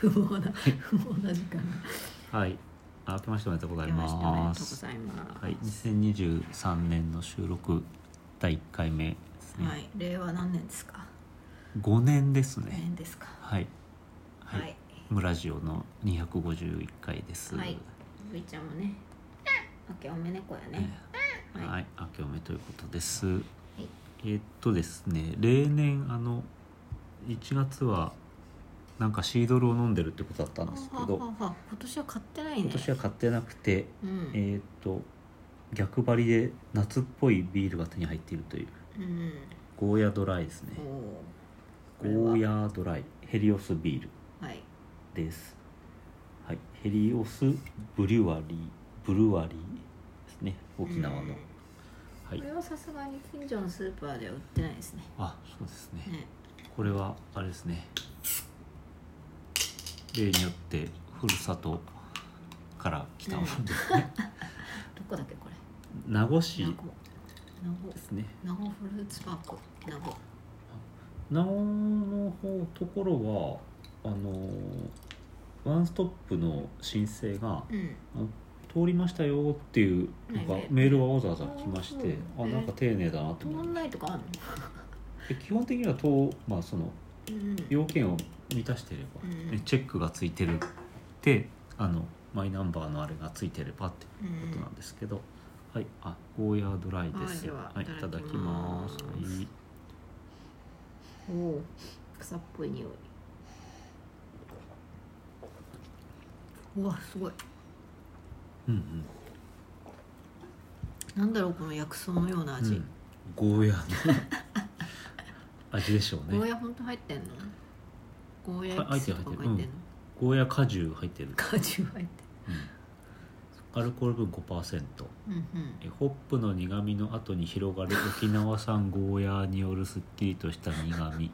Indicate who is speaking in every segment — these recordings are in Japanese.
Speaker 1: 不毛な不毛な時間が
Speaker 2: はいあ明けましておめでとうござい
Speaker 1: ありましたありが
Speaker 2: ま
Speaker 1: とうご
Speaker 2: す
Speaker 1: ざいます
Speaker 2: はい2023年の収録第1回目ですね、
Speaker 1: はい令和何年ですか
Speaker 2: 5年です
Speaker 1: 何
Speaker 2: ね
Speaker 1: 年ですか
Speaker 2: はい
Speaker 1: は
Speaker 2: はい、
Speaker 1: い
Speaker 2: ムラジオの251回です
Speaker 1: はいふいちゃんもね明けおめ猫やね
Speaker 2: えー
Speaker 1: はい
Speaker 2: はい、明けおめということです。
Speaker 1: い
Speaker 2: えーっとですね、例年あの1月はなんかシードルを飲んでるってことだったんですけ
Speaker 1: はは
Speaker 2: ど、
Speaker 1: はは今年は買ってないね
Speaker 2: 今年は買ってなくて、
Speaker 1: うん
Speaker 2: えーっと逆張りで夏っぽいビールが手に入っているという
Speaker 1: うん
Speaker 2: ゴーヤドライですね。
Speaker 1: おーこ
Speaker 2: ゴ
Speaker 1: れは
Speaker 2: ーヤドライヘリオスビール
Speaker 1: はい
Speaker 2: です。はい、ヘリオスブリュワリーブルワリーですね、沖縄の。
Speaker 1: うん
Speaker 2: はい
Speaker 1: こ。れはさすがに近所のスーパーでは売ってないですね
Speaker 2: あ、そうですね。
Speaker 1: ね
Speaker 2: これはあれですね例によってふるさとから来たもんですね、
Speaker 1: どこだっけこれ
Speaker 2: 名護市
Speaker 1: 名
Speaker 2: で
Speaker 1: 護名護
Speaker 2: すね
Speaker 1: 名護フルーツパーク名護
Speaker 2: 名護の方ところはあのーワンストップの申請が
Speaker 1: うん
Speaker 2: 通りましたよっていうなんか
Speaker 1: はい
Speaker 2: メールがわざわざ来まして
Speaker 1: うん
Speaker 2: あなんか丁寧だなと
Speaker 1: 通
Speaker 2: 思っ
Speaker 1: んないとかあるの
Speaker 2: て基本的にはと、まあ、その
Speaker 1: うん
Speaker 2: 要件を満たしていれば、
Speaker 1: うん
Speaker 2: ねチェックがついてるってあのマイナンバーのあれがついてればってことなんですけど、はいあゴーヤードライです
Speaker 1: は
Speaker 2: はいい、
Speaker 1: で
Speaker 2: い
Speaker 1: はい
Speaker 2: ただきます
Speaker 1: いただきます
Speaker 2: はい
Speaker 1: うんおー草っぽい匂いうわすごい
Speaker 2: うんうん
Speaker 1: なんだろうこの薬草のような味、
Speaker 2: うんゴーヤーの味でしょうね
Speaker 1: ゴーヤほんと入ってんのゴーヤエ
Speaker 2: は
Speaker 1: キ
Speaker 2: 入って
Speaker 1: ス
Speaker 2: る
Speaker 1: とかも
Speaker 2: 入っ
Speaker 1: 入ってて
Speaker 2: る
Speaker 1: んの
Speaker 2: ゴーヤー果汁入ってる、
Speaker 1: 果汁入って
Speaker 2: うん、アルコール分5%
Speaker 1: るうん
Speaker 2: えホップの苦みの後に広がる沖縄産ゴーヤーによるすっきりとした苦み
Speaker 1: うん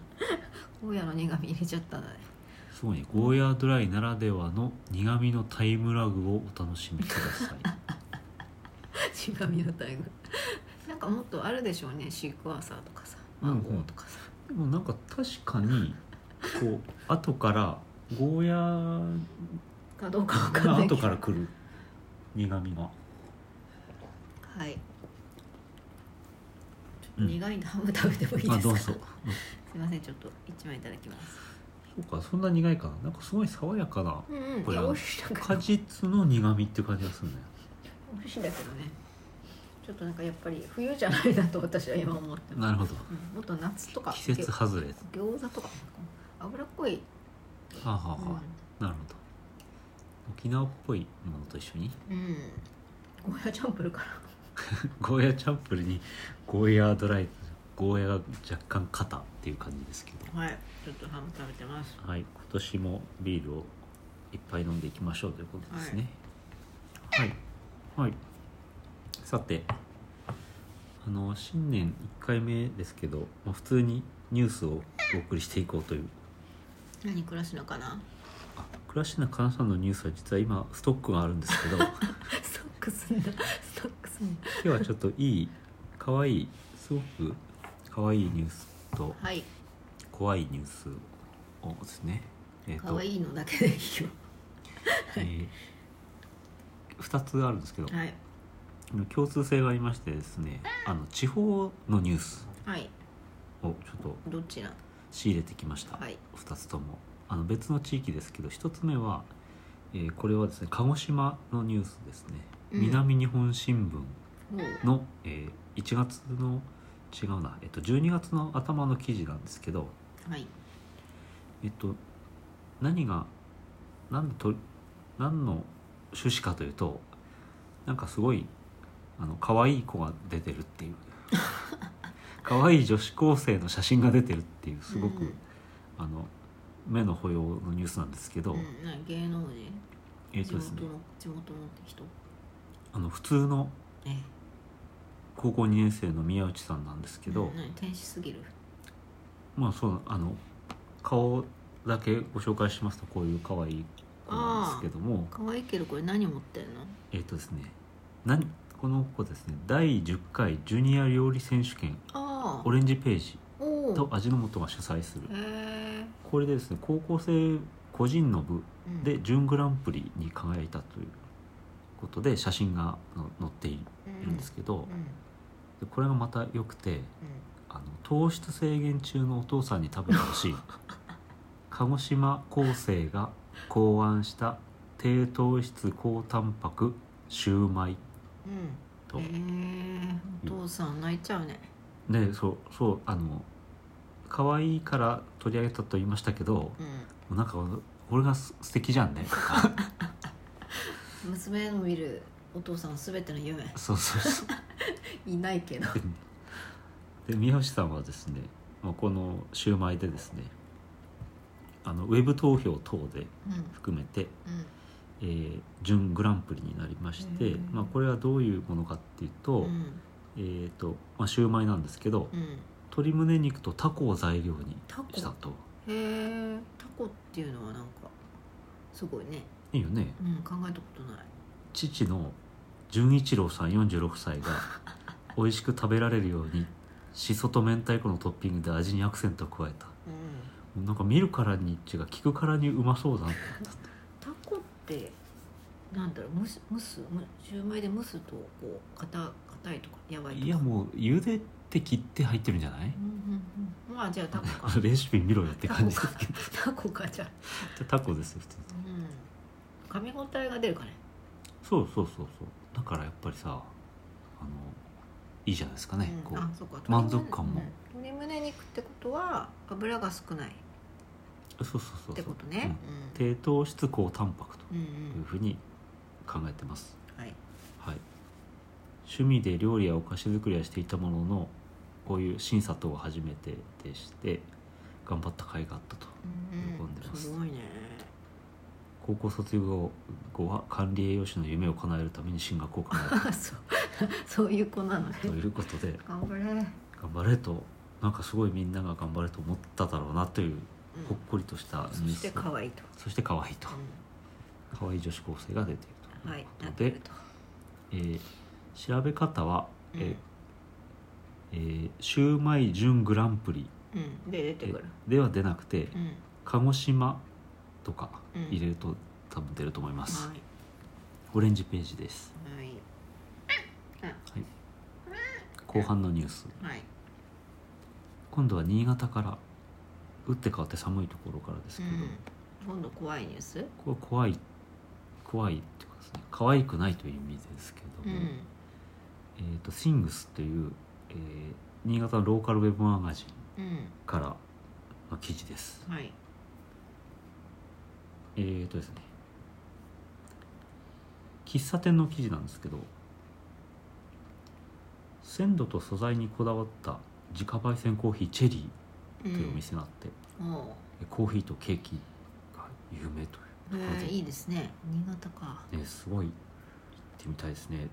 Speaker 1: ゴーヤの苦味入れちゃったんだね
Speaker 2: すごいねゴーヤードライならではの苦味のタイムラグをお楽しみください
Speaker 1: 苦味のタイムなんかもっとあるでしょうねシークワーサーとかさ
Speaker 2: うんう
Speaker 1: マ
Speaker 2: ん
Speaker 1: ンゴーとかさ、
Speaker 2: でもなんか確かにこう後からゴーヤー
Speaker 1: かどうかわかん
Speaker 2: が
Speaker 1: ないけ
Speaker 2: 後
Speaker 1: ど
Speaker 2: から来る苦味が
Speaker 1: はいちょっと苦いんでハム食べてもいいですか、
Speaker 2: あどうぞ
Speaker 1: すいませんちょっと一枚いただきます
Speaker 2: そうかそんな苦いかななんかすごい爽やかな
Speaker 1: うんうん
Speaker 2: こ
Speaker 1: い
Speaker 2: れ
Speaker 1: や
Speaker 2: あの
Speaker 1: 美味しいんだけ
Speaker 2: 果
Speaker 1: ど
Speaker 2: 実の苦味って感じがするね
Speaker 1: 美味しいんだけどねちょっとなんかやっぱり冬じゃないなと私は今思ってます
Speaker 2: なるほど
Speaker 1: うんもっと夏とか
Speaker 2: 季節外れ
Speaker 1: ぎょ餃子とか脂っこい、
Speaker 2: はあ、はあは
Speaker 1: うん
Speaker 2: あ、なるほど沖縄っぽいものと一緒に
Speaker 1: うん、ゴーヤチャンプルか
Speaker 2: ゴーヤチャンプルにゴーヤードライゴーヤが若干肩っていう感じですけど
Speaker 1: らはいちょっとハム食べてます
Speaker 2: はい今年もビールをいっぱい飲んでいきましょうということですねはいはい、さてあの新年1回目ですけど、まあ、普通にニュースをお送りしていこうという
Speaker 1: 何暮らしのか な
Speaker 2: あ倉科かなさんのニュースは実は今ストックがあるんです けど今
Speaker 1: ストックすんだストックすんだ
Speaker 2: 日はちょっといいかわいいすごくかわいいニュースと
Speaker 1: はい
Speaker 2: 怖いニュースをですね、えーと
Speaker 1: 可愛いのだけでいいよ
Speaker 2: えー2つあるんですけど、
Speaker 1: はい
Speaker 2: 共通性がありましてですねあの地方のニュース
Speaker 1: はい
Speaker 2: をちょっと
Speaker 1: どっちな
Speaker 2: 仕入れてきました、
Speaker 1: はい
Speaker 2: 2つともあの別の地域ですけど1つ目は、えーこれはですね鹿児島のニュースですね、
Speaker 1: うん
Speaker 2: 南日本新聞
Speaker 1: おう
Speaker 2: の、えー1月の違うな、えっと12月の頭の記事なんですけど、
Speaker 1: はい
Speaker 2: えっと、何が何と何の趣旨かというとなんかすごいあの可愛い子が出てるって いう可愛い女子高生の写真が出てるっていうすごく、
Speaker 1: うん
Speaker 2: あの目の保養のニュースなんですけど、
Speaker 1: うん、なんか芸能人
Speaker 2: えっ
Speaker 1: 地
Speaker 2: とです
Speaker 1: 元
Speaker 2: ね
Speaker 1: の地元のって人
Speaker 2: あの普通の
Speaker 1: ええ
Speaker 2: 高校2年生の宮内さんなんですけど、
Speaker 1: うん何天使すぎる
Speaker 2: まあそうあの顔だけご紹介しますとこういう可愛い子なんですけども。
Speaker 1: 可愛いけどこれ何持ってんの
Speaker 2: えっ、とですねなんこの子ですね第10回ジュニア料理選手権
Speaker 1: あ
Speaker 2: オレンジページ
Speaker 1: おお
Speaker 2: と味の素が主催する
Speaker 1: へえ
Speaker 2: これでですね高校生個人の部
Speaker 1: うん
Speaker 2: で準グランプリに輝いたということで写真がの載っているんですけど
Speaker 1: う、ん
Speaker 2: でこれがまた良くてあの糖質制限中のお父さんに食べてほしい鹿児島高生が考案した低糖質高タンパクシューマイ
Speaker 1: うんう
Speaker 2: と、
Speaker 1: んえーお父さん泣いちゃうね
Speaker 2: ねそうそうあの可愛いから取り上げたと言いましたけど
Speaker 1: う
Speaker 2: なんか俺がす素敵じゃんね とか
Speaker 1: ん娘の見るお父さんの全ての夢
Speaker 2: そうそうそう
Speaker 1: いないけど
Speaker 2: で宮内さんはですね、まあ、このシューマイでですねあのウェブ投票等で
Speaker 1: うん
Speaker 2: 含めて、
Speaker 1: うん
Speaker 2: えー準グランプリになりまして、
Speaker 1: うん
Speaker 2: まあ、これはどういうものかっていうと,、
Speaker 1: うん
Speaker 2: えーとまあ、シューマイなんですけど、
Speaker 1: うん
Speaker 2: 鶏胸肉とタコを材料に
Speaker 1: タコ
Speaker 2: したと
Speaker 1: へえタコっていうのはなんかすごいね、
Speaker 2: いいよね
Speaker 1: うん、考えたことない
Speaker 2: 父の純一郎さん46歳が美味しく食べられるようにしそと明太子のトッピングで味にアクセントを加えた
Speaker 1: うん
Speaker 2: なんか見るからに違う聞くからにうまそうだな
Speaker 1: タコってなんだろう蒸す蒸すむシューマイで蒸すとこう硬硬いとかやばいとか
Speaker 2: いやもう茹でて切って入ってるんじゃない
Speaker 1: うんうんうんまあじゃあタコ か
Speaker 2: レシピ見ろよって 感じ
Speaker 1: タ
Speaker 2: だ
Speaker 1: コか
Speaker 2: けど
Speaker 1: タコかじゃあ
Speaker 2: タコですよ普通
Speaker 1: うん噛み応えが出るかね
Speaker 2: そうそうそうそうだからやっぱりさあのいいじゃないですかね、
Speaker 1: うん
Speaker 2: こう
Speaker 1: あそうか
Speaker 2: 満足感も
Speaker 1: 鶏胸うん鶏胸肉ってことは油が少ないっ
Speaker 2: そうそうそう
Speaker 1: て
Speaker 2: そう
Speaker 1: ことねうん
Speaker 2: 低糖質高タンパクと
Speaker 1: うん
Speaker 2: いうふうに考えてます、
Speaker 1: うんはい
Speaker 2: はい、趣味で料理やお菓子作りはしていたもののこういう審査等を初めてでして頑張った甲斐があったと
Speaker 1: うん
Speaker 2: 喜んで
Speaker 1: う
Speaker 2: ま
Speaker 1: ん
Speaker 2: す
Speaker 1: すごいね
Speaker 2: 高校卒業後は管理栄養士の夢を叶えるために進学を考えた
Speaker 1: あそう そういう子なのね
Speaker 2: ということで
Speaker 1: 頑張れうん
Speaker 2: 頑張れとなんかすごいみんなが頑張れと思っただろうなというほっこりとした
Speaker 1: そ
Speaker 2: ニュー
Speaker 1: して
Speaker 2: ス
Speaker 1: 可愛いと
Speaker 2: そして可愛いと
Speaker 1: うん
Speaker 2: 可愛い女子高生が出ている
Speaker 1: はい、
Speaker 2: とい
Speaker 1: な
Speaker 2: うこと
Speaker 1: って
Speaker 2: で、
Speaker 1: ると。
Speaker 2: えー調べ方は、
Speaker 1: う
Speaker 2: え
Speaker 1: ん
Speaker 2: ーえーシューマイ準グランプリ
Speaker 1: うん、で出てくる。
Speaker 2: では出なくて、
Speaker 1: うん、
Speaker 2: 鹿児島とか
Speaker 1: うん
Speaker 2: 入れると多分出ると思います、
Speaker 1: は
Speaker 2: オレンジページです
Speaker 1: い、はい、
Speaker 2: 後半のニュース
Speaker 1: はい、
Speaker 2: 今度は新潟から打って変わって寒いところからです
Speaker 1: う
Speaker 2: けど、
Speaker 1: ん。今度怖いニュース。
Speaker 2: これ怖い怖いっていうかですね可愛くないという意味ですけ
Speaker 1: う
Speaker 2: ど
Speaker 1: ん、
Speaker 2: も、えー、とシングスという、えー新潟のローカルウェブマガジン
Speaker 1: うん、
Speaker 2: からの記事です
Speaker 1: はい、
Speaker 2: えっ、とですね喫茶店の記事なんですけど鮮度と素材にこだわった自家焙煎コーヒーチェリ
Speaker 1: う
Speaker 2: ーというお
Speaker 1: ん。
Speaker 2: 店があって、
Speaker 1: お
Speaker 2: コーヒーとケーキが有名と
Speaker 1: う、
Speaker 2: いうところ
Speaker 1: ね
Speaker 2: で、
Speaker 1: いいですね。新潟か。
Speaker 2: ね、すごい行ってみたいですね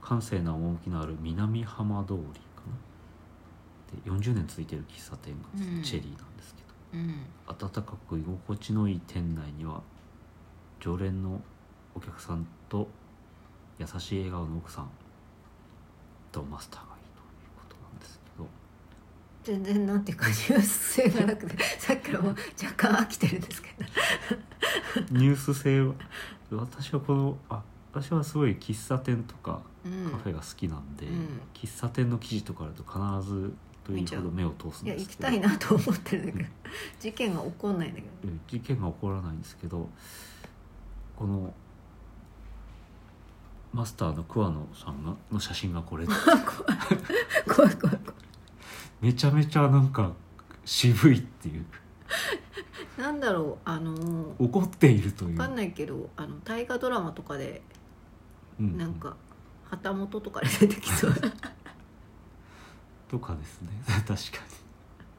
Speaker 2: 閑静な趣のある南浜通りかなで40年続いてる喫茶店がですね、
Speaker 1: うん
Speaker 2: チェリーなんですけど
Speaker 1: うん、
Speaker 2: 暖かく居心地のいい店内には常連のお客さんと優しい笑顔の奥さんとマスターがいいということなんですけど
Speaker 1: 全然なんていうか、ニュース性がなくて、 さっきからもう若干飽きてるんですけど。
Speaker 2: ニュース性は私はこのあ私はすごい喫茶店とか
Speaker 1: うん
Speaker 2: カフェが好きなんで、
Speaker 1: うん
Speaker 2: 喫茶店の記事とかあると必ずというほど目を通すん
Speaker 1: いや、
Speaker 2: で
Speaker 1: 行
Speaker 2: す
Speaker 1: き
Speaker 2: けど
Speaker 1: たいなと思ってるんだけど。 事件が起こんないんだけど。
Speaker 2: うん事件が起こらないんですけどこのマスターの桑野さんがの写真がこれ
Speaker 1: 怖い怖い怖い。
Speaker 2: めちゃめちゃなんか渋いっていう
Speaker 1: なんだろう、あのー。
Speaker 2: 怒っているという
Speaker 1: わかんないけど、あの大河ドラマとかで
Speaker 2: う
Speaker 1: なんか旗本とかで出てきそう
Speaker 2: とかですね 確かに、ま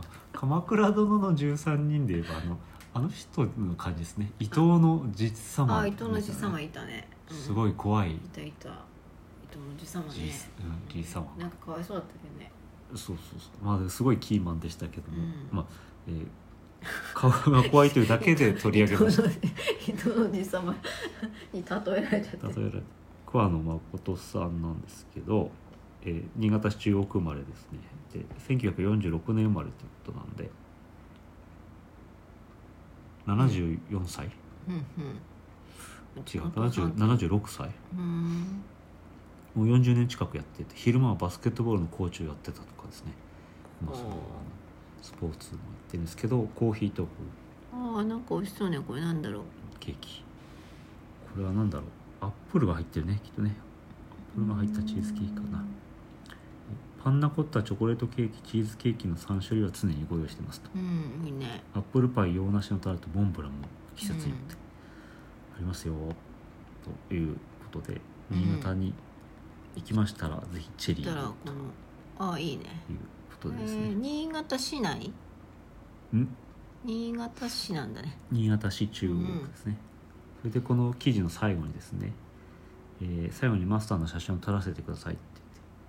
Speaker 2: あ鎌倉殿の13人」で言えばあのあの人の感じですね伊藤の実様
Speaker 1: ああ伊藤のじ様いたね、うん
Speaker 2: すごい怖い
Speaker 1: いたいた伊藤のじ様ね
Speaker 2: じ,、うん、じい様
Speaker 1: なんかかわいそうだったけどね
Speaker 2: そうそうそうまあすごいキーマンでしたけども、
Speaker 1: うん
Speaker 2: まあ、えー顔 が怖いというだけで取り上げました
Speaker 1: 伊藤の伊藤のじ様に例えられちゃって
Speaker 2: 例えられ桑野誠さんなんですけど、えー新潟市中央区生まれですねで1946年生まれということなんで74歳
Speaker 1: うんうん
Speaker 2: 違う70 76歳
Speaker 1: うん
Speaker 2: もう40年近くやってて昼間はバスケットボールのコーチをやってたとかですね、まあ、その
Speaker 1: おー
Speaker 2: スポーツもやってるんですけどコーヒーと
Speaker 1: ああなんか美味しそうねこれなんだろう
Speaker 2: ケーキこれは何だろうアップルが入ってるねきっとねアップルが入ったチーズケーキかなパンナコッタチョコレートケーキチーズケーキの3種類は常にご用意してますと
Speaker 1: うんいいね
Speaker 2: アップルパイ洋梨のタルトモンブランも季節によってありますよ、ということで
Speaker 1: うん
Speaker 2: 新潟に行きましたら、ぜひチェリ
Speaker 1: そしたら
Speaker 2: ーを
Speaker 1: このああいいね
Speaker 2: ということでです
Speaker 1: えー
Speaker 2: ね、
Speaker 1: 新潟市内
Speaker 2: ん
Speaker 1: 新潟市なんだね
Speaker 2: 新潟市中央区ですね、それでこの記事の最後にですね、えー最後にマスターの写真を撮らせてください」って言って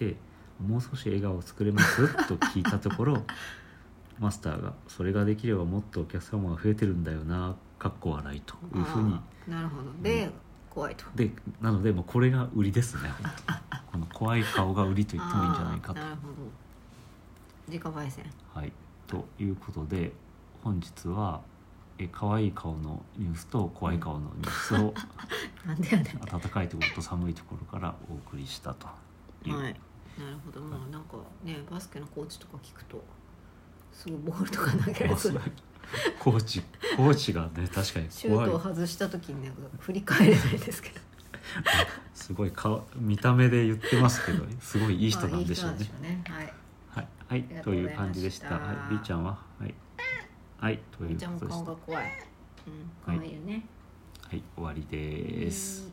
Speaker 2: 言って「もう少し笑顔を作れます?」 と聞いたところマスターが「それができればもっとお客様が増えてるんだよな」かっこ笑いというふうに
Speaker 1: ああなるほどで、
Speaker 2: うん
Speaker 1: 怖いと
Speaker 2: でなのでもうこれが売りですね本当にこの怖い顔が売りと言ってもいいんじゃないか
Speaker 1: ああなるほど自家焙煎
Speaker 2: と。はい、ということで本日はえ可愛い顔のニュースと怖い顔のニュースを
Speaker 1: なんだよね
Speaker 2: 暖かいところと寒いところからお送りしたという、
Speaker 1: はいなるほどまあなんかねバスケのコーチとか聞くとすぐボールとか投
Speaker 2: ま
Speaker 1: げられ
Speaker 2: あそ
Speaker 1: そうう
Speaker 2: コーチコーチがね確かに
Speaker 1: シュ
Speaker 2: 怖
Speaker 1: ー
Speaker 2: い
Speaker 1: トを外した時になんか振り返れないですけど
Speaker 2: すごい顔見た目で言ってますけどすごいいい人
Speaker 1: ま
Speaker 2: な
Speaker 1: あ
Speaker 2: んでしょう
Speaker 1: いい人なん
Speaker 2: ね
Speaker 1: でし。ょうねは
Speaker 2: は
Speaker 1: い
Speaker 2: い、はい、
Speaker 1: ありがと
Speaker 2: と
Speaker 1: う
Speaker 2: いう
Speaker 1: ございました
Speaker 2: 感じでした。はい、りーちゃんは、はい、はい、とい
Speaker 1: み
Speaker 2: う
Speaker 1: ーちゃんも
Speaker 2: ことでした。
Speaker 1: 顔が
Speaker 2: は
Speaker 1: 怖いうん可愛いよね
Speaker 2: い、終わりです。
Speaker 1: うん